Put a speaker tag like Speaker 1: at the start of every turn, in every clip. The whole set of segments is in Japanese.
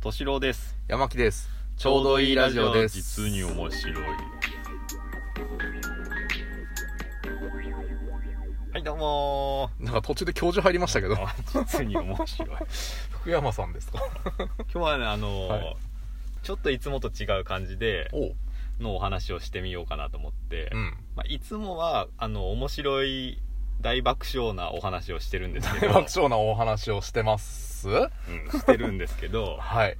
Speaker 1: 敏郎です
Speaker 2: 山木ですちょうどいいラジオです
Speaker 1: 実に面白いはいどうも
Speaker 2: なんか途中で教授入りましたけど
Speaker 1: ー実に面 白い今
Speaker 2: 福山さんですか
Speaker 1: 日はねあのー
Speaker 2: はい
Speaker 1: ちょっといつもと違う感じで
Speaker 2: おう
Speaker 1: のお話をしてみようかなと思って、
Speaker 2: うん
Speaker 1: まあ、いつもはあの面白い大爆笑なお話をしてるんですけ
Speaker 2: 大
Speaker 1: ど
Speaker 2: 爆笑なお話をしてます
Speaker 1: うん、してるんですけど
Speaker 2: はい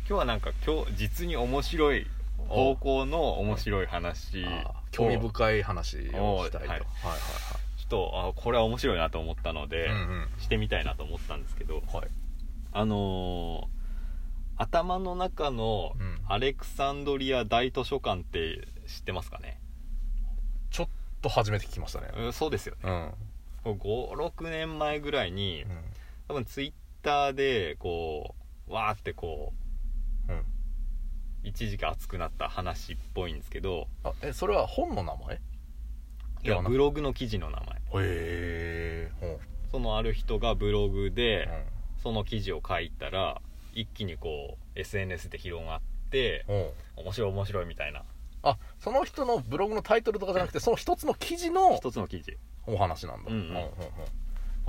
Speaker 1: 今日はなんか今日実に面白い方向の面白い話
Speaker 2: あー興味
Speaker 1: を
Speaker 2: 深い話をしたいと
Speaker 1: おうはい
Speaker 2: はいはい
Speaker 1: ちょっとあこれは面白いなと思ったので、
Speaker 2: はいうんうん
Speaker 1: してみたいなと思ったんですけど
Speaker 2: はい
Speaker 1: あのー頭の中の
Speaker 2: うん
Speaker 1: アレクサンドリア大図書館って知ってますかね、
Speaker 2: ちょっと初めて聞きましたね
Speaker 1: うんそうですよね
Speaker 2: うんうん
Speaker 1: 56年前ぐらいに多分ツイッターでこうわーってこう
Speaker 2: うん
Speaker 1: 一時期熱くなった話っぽいんですけど
Speaker 2: あえそれは本の名前へ
Speaker 1: い
Speaker 2: で
Speaker 1: や
Speaker 2: はなく
Speaker 1: ブログの記事の名前
Speaker 2: えほう
Speaker 1: そのある人がブログで
Speaker 2: うん
Speaker 1: その記事を書いたら一気にこう SNS で広がって
Speaker 2: ほう
Speaker 1: 面白い面白いみたいな
Speaker 2: あその人のブログのタイトルとかじゃなくてその一つの記事の
Speaker 1: 一つの記事
Speaker 2: お話なんだ
Speaker 1: うんうん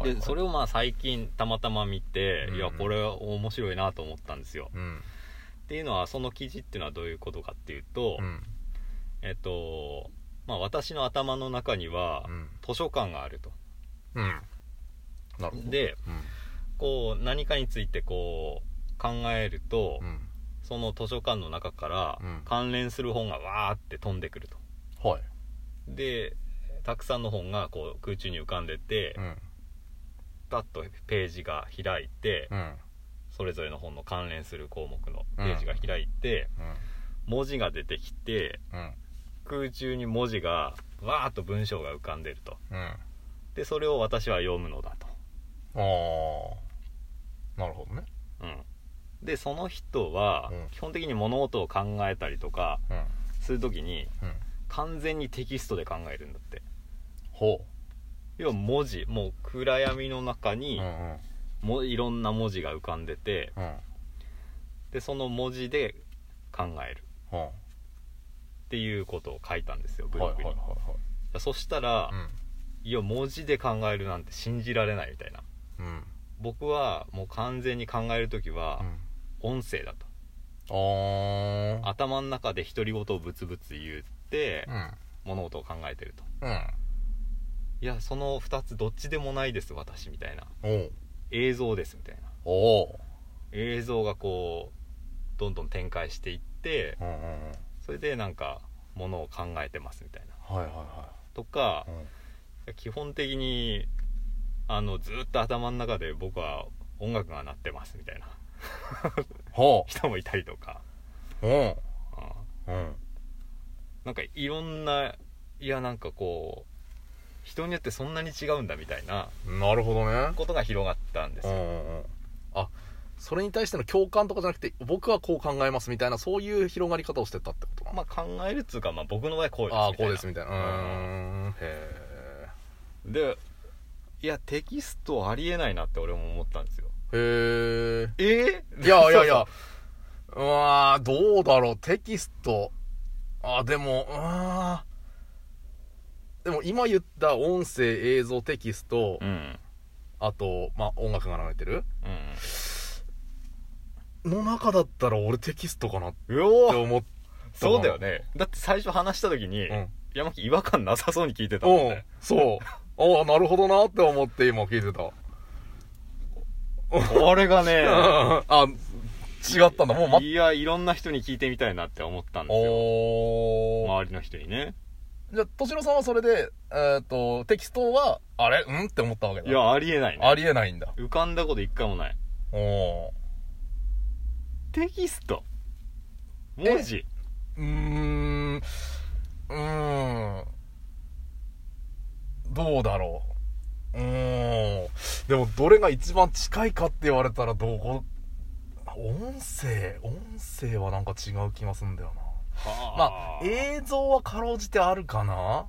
Speaker 1: でそれ
Speaker 2: を
Speaker 1: をまあ最近たまたま見て
Speaker 2: うんうん
Speaker 1: いやこれは面白いなと思ったんですよ
Speaker 2: うん
Speaker 1: っていうのはその記事っていうのはどういうことかっていうと
Speaker 2: うん
Speaker 1: えっとまあ私の頭の中には
Speaker 2: うん
Speaker 1: 図書館があると
Speaker 2: うんなるほど
Speaker 1: で
Speaker 2: うん
Speaker 1: こう何かについてこう考えると
Speaker 2: うん
Speaker 1: その図書館の中から
Speaker 2: うん
Speaker 1: 関連する本がわーって飛んでくると
Speaker 2: はい
Speaker 1: でたくさんの本がこう空中に浮かんでて
Speaker 2: うん
Speaker 1: パッとページが開いて
Speaker 2: うん
Speaker 1: それぞれの本の関連する項目のページが開いて
Speaker 2: うん
Speaker 1: 文字が出てきて
Speaker 2: うん
Speaker 1: 空中に文字がわーっと文章が浮かんでると
Speaker 2: うんあ
Speaker 1: でそれを私は読むのだと、
Speaker 2: あなるほどね
Speaker 1: うん、でその人は
Speaker 2: うん
Speaker 1: 基本的に物事を考えたりとか
Speaker 2: うん
Speaker 1: する時に
Speaker 2: うん
Speaker 1: 完全にテキストで考えるんだって
Speaker 2: ほ
Speaker 1: 要は文字もう暗闇の中
Speaker 2: うう
Speaker 1: に
Speaker 2: んうん
Speaker 1: もいろんな文字が浮かんでて、
Speaker 2: うん
Speaker 1: でその文字で考える
Speaker 2: は
Speaker 1: っていうことを書いたんですよ
Speaker 2: い
Speaker 1: ブ
Speaker 2: はい
Speaker 1: ログ
Speaker 2: はい
Speaker 1: に、
Speaker 2: は
Speaker 1: そしたら、
Speaker 2: い
Speaker 1: いや文字で考えるなんて信じられないみたいな
Speaker 2: うんうん
Speaker 1: 僕はもう完全に考える時は
Speaker 2: うん
Speaker 1: 音声だと、
Speaker 2: ああ
Speaker 1: 頭の中で独り言をブツブツ言って
Speaker 2: うん
Speaker 1: 物事を考えてると
Speaker 2: うん
Speaker 1: いやその2つどっちでもないです私みたいな
Speaker 2: おう
Speaker 1: 映像ですみたいな
Speaker 2: おう
Speaker 1: 映像がこうどんどん展開していって
Speaker 2: うんうんうん
Speaker 1: それでなんか物を考えてますみたいな
Speaker 2: はいはいは
Speaker 1: とか
Speaker 2: いうん
Speaker 1: 基本的にあのずっと頭の中で僕は音楽が鳴ってますみたいな
Speaker 2: ほ
Speaker 1: 人もいたりとか、
Speaker 2: ううん
Speaker 1: うん
Speaker 2: うん
Speaker 1: なんかいろんないやなんかこう人によってそんなに違うんだみたいな
Speaker 2: なるほどね
Speaker 1: ことが広がったんです
Speaker 2: うん
Speaker 1: よ、
Speaker 2: うんうんあそれに対しての共感とかじゃなくて僕はこう考えますみたいなそういう広がり方をしてったってことな
Speaker 1: まあ考えるっつうか、まあ、僕の場合こうですみたいな
Speaker 2: ああーこうですみたいなうーんへ
Speaker 1: でいやテキストありえないなって俺も思ったんですよ
Speaker 2: えへ
Speaker 1: え
Speaker 2: えいやいやいやうわーどうだろうテキストあでもうわーでも今言った音声映像テキスト、
Speaker 1: うんうん
Speaker 2: あと、まあ、音楽が流れてるの中だったら俺テキストかなって
Speaker 1: うおー
Speaker 2: 思って
Speaker 1: そうだよねだって最初話した時に、
Speaker 2: うん
Speaker 1: 山木違和感なさそうに聞いてたもん
Speaker 2: う
Speaker 1: ね
Speaker 2: んそうああなるほどなって思って今聞いてた
Speaker 1: これがね、
Speaker 2: あ違ったんだもう待っ
Speaker 1: いや、いろんな人に聞いてみたいなって思ったんですよ。
Speaker 2: おー
Speaker 1: 周りの人にね。
Speaker 2: じゃあ、敏郎さんはそれで、えっ、と、テキストは、あれうんって思ったわけだ。
Speaker 1: い、や、ありえないね。
Speaker 2: ありえないんだ。
Speaker 1: 浮かんだこと一回もない。
Speaker 2: おお。
Speaker 1: テキスト。文字。
Speaker 2: うーん。うーん。どうだろう。うーん。でも、どれが一番近いかって言われたら、どこ、音声、音声はなんか違う気がするんだよな。まあ、映像はかろうじてあるかな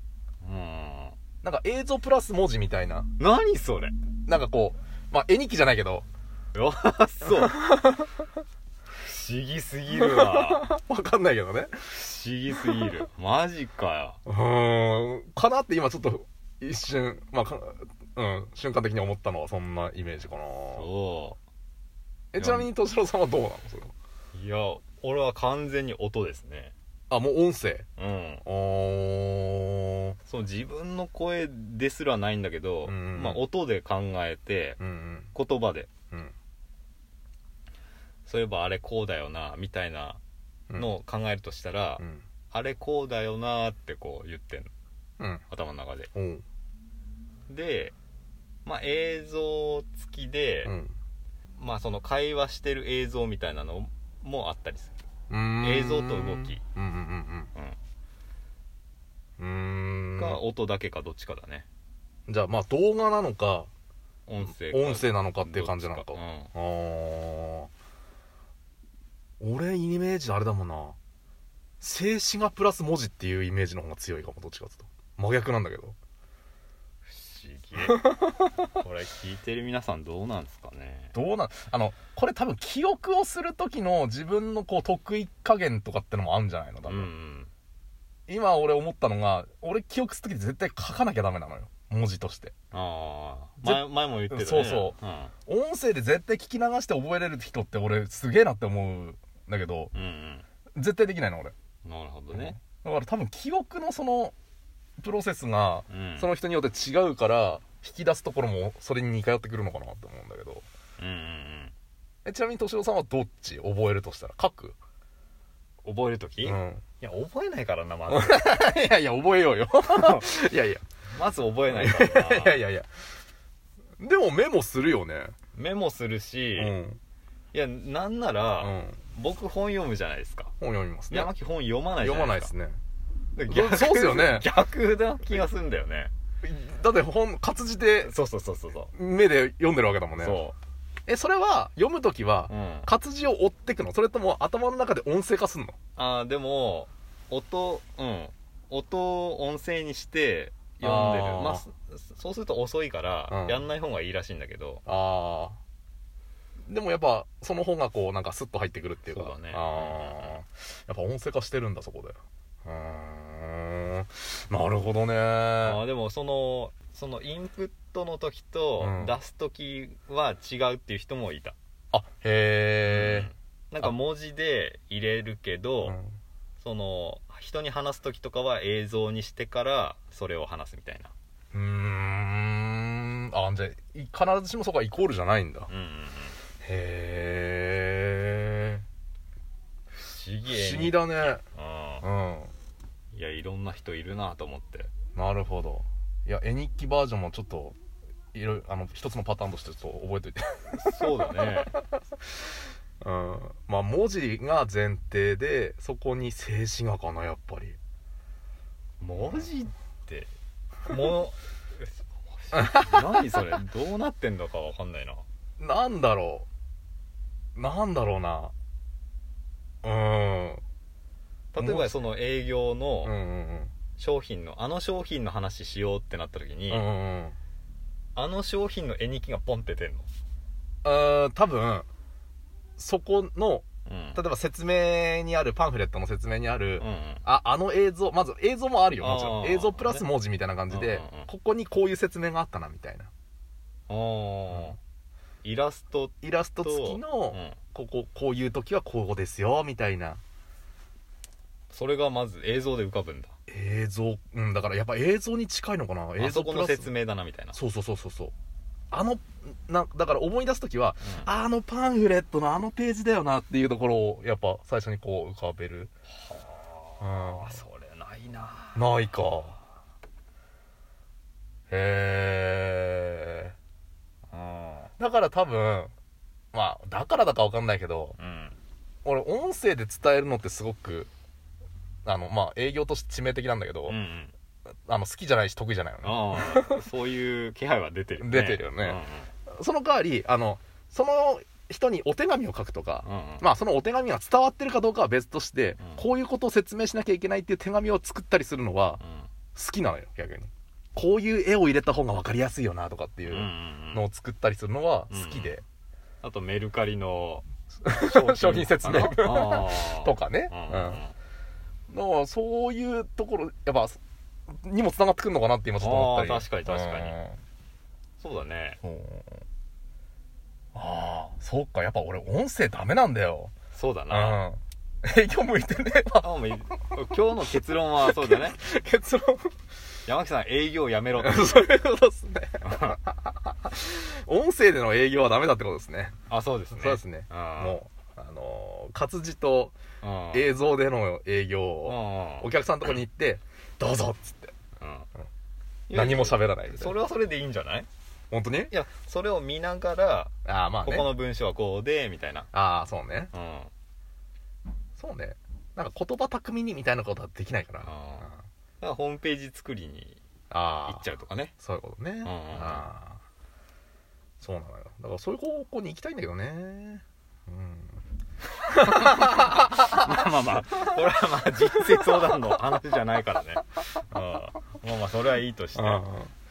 Speaker 1: うん。
Speaker 2: なんか映像プラス文字みたいな。
Speaker 1: 何それ。
Speaker 2: なんかこう、まあ、絵日記じゃないけど、
Speaker 1: あ、そう。不思議すぎるわ
Speaker 2: わかんないけどね
Speaker 1: 不思議すぎるマジかよ
Speaker 2: うーんかなって今ちょっと一瞬まあかうん瞬間的に思ったのはそんなイメージかな
Speaker 1: そ
Speaker 2: えちなみに敏郎さんはどうなのそれは
Speaker 1: ういや俺は完全に音ですね
Speaker 2: あもう音声
Speaker 1: うん
Speaker 2: おー
Speaker 1: その自分の声ですらないんだけど、
Speaker 2: うん
Speaker 1: まあ、音で考えて
Speaker 2: うんうん
Speaker 1: 言葉で
Speaker 2: うん
Speaker 1: そういえばあれこうだよなみたいな
Speaker 2: うん
Speaker 1: のを考えるとしたら、
Speaker 2: うん
Speaker 1: あれこうだよなってこう言ってんの
Speaker 2: うん
Speaker 1: 頭の中で
Speaker 2: おう
Speaker 1: で、まあ、映像付きで、
Speaker 2: うん
Speaker 1: まあ、その会話してる映像みたいなのもあったりする
Speaker 2: うーん
Speaker 1: 映像と動き
Speaker 2: うんうんうんうんうーん
Speaker 1: が音だけかどっちかだね
Speaker 2: じゃあまあ動画なのか
Speaker 1: 音声か
Speaker 2: 音声なのかっていう感じなのか
Speaker 1: どっちうん
Speaker 2: あー俺イメージあれだもんな静止画プラス文字っていうイメージの方が強いかもどっちかっていうと真逆なんだけど
Speaker 1: 不思 議これ聞いてる皆さんどうなんですかね
Speaker 2: どうなんあのこれ多分記憶をする時の自分のこう得意加減とかってのもあるんじゃないの多
Speaker 1: う
Speaker 2: 分、
Speaker 1: ん
Speaker 2: 今俺思ったのが俺記憶する時絶対書かなきゃダメなのよ文字として
Speaker 1: ああ
Speaker 2: ぜ
Speaker 1: 前前も言ってたね
Speaker 2: そうそ
Speaker 1: うん
Speaker 2: 音声で絶対聞き流して覚えれる人って俺すげえなって思うんだけど
Speaker 1: うん
Speaker 2: 絶対できないの俺
Speaker 1: うんなるほどね、
Speaker 2: だから多分記憶のそのプロセスが
Speaker 1: うん、
Speaker 2: その人によって違うから引き出すところもそれに似通ってくるのかなと思うんだけど
Speaker 1: うんうん
Speaker 2: えちなみに敏郎さんはどっち覚えるとしたら書く、
Speaker 1: うん覚えると
Speaker 2: う
Speaker 1: き、
Speaker 2: ん、い
Speaker 1: いや覚えないからなまず
Speaker 2: やいや覚えよ うよいやいや
Speaker 1: まず覚えないからない
Speaker 2: やいやいやでもメモするよね
Speaker 1: メモするし、
Speaker 2: うん、
Speaker 1: いやなんな
Speaker 2: う
Speaker 1: ら、
Speaker 2: ん、
Speaker 1: 僕本読むじゃないですか
Speaker 2: 本読みますね
Speaker 1: 山木本読まないじゃ
Speaker 2: 読ま
Speaker 1: な
Speaker 2: ないい
Speaker 1: で
Speaker 2: ですす
Speaker 1: か逆
Speaker 2: ねそうっすよ ね
Speaker 1: 逆な気がするんだよね
Speaker 2: だって本活字で
Speaker 1: そうそうそうそうそ
Speaker 2: 目で読んでるわけだもん
Speaker 1: う、
Speaker 2: ね
Speaker 1: そ
Speaker 2: えそれは読む時は
Speaker 1: う、うん、
Speaker 2: 活字を追ってくのそれとも頭の中で音声化すんの
Speaker 1: ああでも音うん音を音声にして読んでる
Speaker 2: あー
Speaker 1: まあそそうすると遅いから、
Speaker 2: うん
Speaker 1: やんない方がいいらしいんだけど
Speaker 2: ああでもやっぱその本がこうなんかスッと入ってくるっていうか
Speaker 1: そうだね
Speaker 2: ああやっぱ音声化してるんだそこでうーんなるほどね
Speaker 1: あーでもそのそのインプットの時と
Speaker 2: うん
Speaker 1: 出す時は違うっていう人もいた、
Speaker 2: あへ
Speaker 1: うんなんか文字で入れるけ
Speaker 2: え、
Speaker 1: ど、
Speaker 2: うん
Speaker 1: その人に話す時とかは映像にしてからそれを話すみたいな
Speaker 2: うーんあじゃあい必ずしもそこはイコールじゃないんだ
Speaker 1: うんうんうん
Speaker 2: へえ
Speaker 1: 不思議
Speaker 2: 不思議だね
Speaker 1: う
Speaker 2: うん
Speaker 1: んいやいろんな人いるなと思って
Speaker 2: なるほどいや絵日記バージョンもちょっといろいろあの一つのパターンとしてちょっと覚えておいて
Speaker 1: そうだ ね
Speaker 2: うんまあ文字が前提でそこに静止画かなやっぱり
Speaker 1: 文字って もう何それどうなってんだかわかんないな
Speaker 2: なんだろうなんだろうなうん
Speaker 1: 例えばその営業
Speaker 2: うんう
Speaker 1: の
Speaker 2: ん
Speaker 1: 商品のあの商品の話しようってなった時
Speaker 2: うん
Speaker 1: に、
Speaker 2: うんうんうん
Speaker 1: あの商品の絵日記がポンって出んの、
Speaker 2: あー多分そこの
Speaker 1: うん、
Speaker 2: 例えば説明にあるパンフレットの説明にある、
Speaker 1: うんうん
Speaker 2: ああの映像まず映像もあるよもちろ
Speaker 1: あ
Speaker 2: ん
Speaker 1: ー
Speaker 2: 映像プラス文字みたいな感じで、
Speaker 1: うんうんうん
Speaker 2: ここにこういう説明があったなみたいな
Speaker 1: あー
Speaker 2: うん
Speaker 1: イラスト
Speaker 2: イラスト
Speaker 1: と
Speaker 2: 付きの、
Speaker 1: うん
Speaker 2: こここういう時はこうですよみたいな
Speaker 1: それがまず映像で浮かぶんだ
Speaker 2: 映像うんだからやっぱ映像に近いのかな映
Speaker 1: あそ
Speaker 2: 像
Speaker 1: こ
Speaker 2: プ
Speaker 1: の
Speaker 2: ラス
Speaker 1: 説明だなみたいな
Speaker 2: そうそうそうそうそうあのなだから思い出す時は
Speaker 1: うん
Speaker 2: あのパンフレットのあのページだよなっていうところをやっぱ最初にこう浮かべる
Speaker 1: あ
Speaker 2: は
Speaker 1: それないな
Speaker 2: ないかへえだから多分まあだからだかわかんないけど
Speaker 1: うん
Speaker 2: 俺音声で伝えるのってすごくあのまあ営業として致命的なんだけど、
Speaker 1: うんうん
Speaker 2: あの好きじゃないし得意じゃないのね
Speaker 1: ああ そういう気配は出てる
Speaker 2: 出てるよねその代わりあのその人にお手紙を書くとか、
Speaker 1: うんうんうんうん
Speaker 2: まあそのお手紙が伝わってるかどうかは別として、
Speaker 1: うん
Speaker 2: こういうことを説明しなきゃいけないっていう手紙を作ったりするのは好きなのよ逆にこういう絵を入れた方が分かりやすいよなとかってい
Speaker 1: うんうん
Speaker 2: う
Speaker 1: うん
Speaker 2: のを作ったりするのは好きで、
Speaker 1: あとメルカリの
Speaker 2: 商品説明文
Speaker 1: あー
Speaker 2: とかね
Speaker 1: うん
Speaker 2: うんだからそういうところやっぱにもつながってくるのかなって今ちょっと思ったり
Speaker 1: あー確かに確かに
Speaker 2: うん
Speaker 1: そうだね
Speaker 2: そうああそうかやっぱ俺音声ダメなんだよ
Speaker 1: そうだ
Speaker 2: う
Speaker 1: な、
Speaker 2: ん 営業向いてねえわ
Speaker 1: あもういい今日の結論はそうだ ね
Speaker 2: 結論
Speaker 1: 山木さん営業やめろ
Speaker 2: そういうことですね音声での営業はダメだってことですね
Speaker 1: あそうですね
Speaker 2: そうですねもうあのー活字と
Speaker 1: うんうん
Speaker 2: 映像での営業を
Speaker 1: うん
Speaker 2: お客さんのとこに行って「どうぞ」っつって
Speaker 1: うん
Speaker 2: 何も喋らないみたい
Speaker 1: そ
Speaker 2: な
Speaker 1: れはそれでいいんじゃない
Speaker 2: 本当に
Speaker 1: いやそれを見ながら
Speaker 2: ああまあ
Speaker 1: こ
Speaker 2: ね
Speaker 1: この文章はこうでみたいな
Speaker 2: ああそうね
Speaker 1: うんうん
Speaker 2: そうねなんか言葉巧みにみたいなことはできないから
Speaker 1: あー
Speaker 2: う
Speaker 1: だ
Speaker 2: ん
Speaker 1: からホームページ作りに
Speaker 2: あ
Speaker 1: 行っちゃうとか ね
Speaker 2: そういうことね、
Speaker 1: ん
Speaker 2: ああそうなのよだからそういう方向に行きたいんだけどねうん
Speaker 1: まあまあまあ これはまあ人生相談の話じゃないからねうんまあまあそれはいいとして
Speaker 2: ま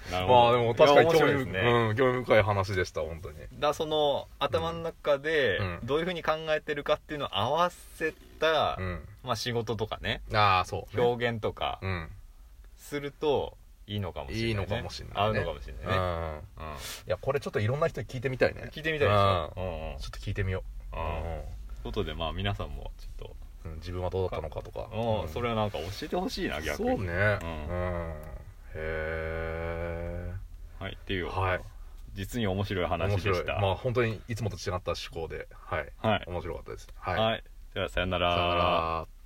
Speaker 1: なるほど
Speaker 2: あでも確かに
Speaker 1: いや面
Speaker 2: 興
Speaker 1: 白い
Speaker 2: 味,、
Speaker 1: ですね、
Speaker 2: うん、興味深い話でした本当に
Speaker 1: だからその頭の中で
Speaker 2: うん
Speaker 1: どういうふうに考えてるかっていうのを合わせた、
Speaker 2: うん
Speaker 1: まあ、仕事とかね
Speaker 2: ああそうね、
Speaker 1: 表現とか
Speaker 2: うん
Speaker 1: するといいのかもしれない、ね、
Speaker 2: いいのかもしれないね
Speaker 1: 合うのかもしれ
Speaker 2: う
Speaker 1: ないね、
Speaker 2: ん
Speaker 1: うん
Speaker 2: いやこれちょっといろんな人に聞いてみたいね
Speaker 1: 聞いてみたいでしょ、うんうん
Speaker 2: ちょっと聞いてみよう、
Speaker 1: うんことでまあ皆さんもちょっ
Speaker 2: うん自分はどうだったのかとか
Speaker 1: と、うん
Speaker 2: うん
Speaker 1: それはなんか教えてほしいな逆に
Speaker 2: そうね
Speaker 1: う
Speaker 2: うんん、へえ
Speaker 1: はい、っていう、
Speaker 2: はい
Speaker 1: 実に面白い話
Speaker 2: 面
Speaker 1: で
Speaker 2: 白
Speaker 1: し
Speaker 2: い
Speaker 1: た、
Speaker 2: まあ本当にいつもと違った思考ではい
Speaker 1: はい、
Speaker 2: 面白かったです
Speaker 1: はい
Speaker 2: はい、
Speaker 1: ではさよな
Speaker 2: さよなら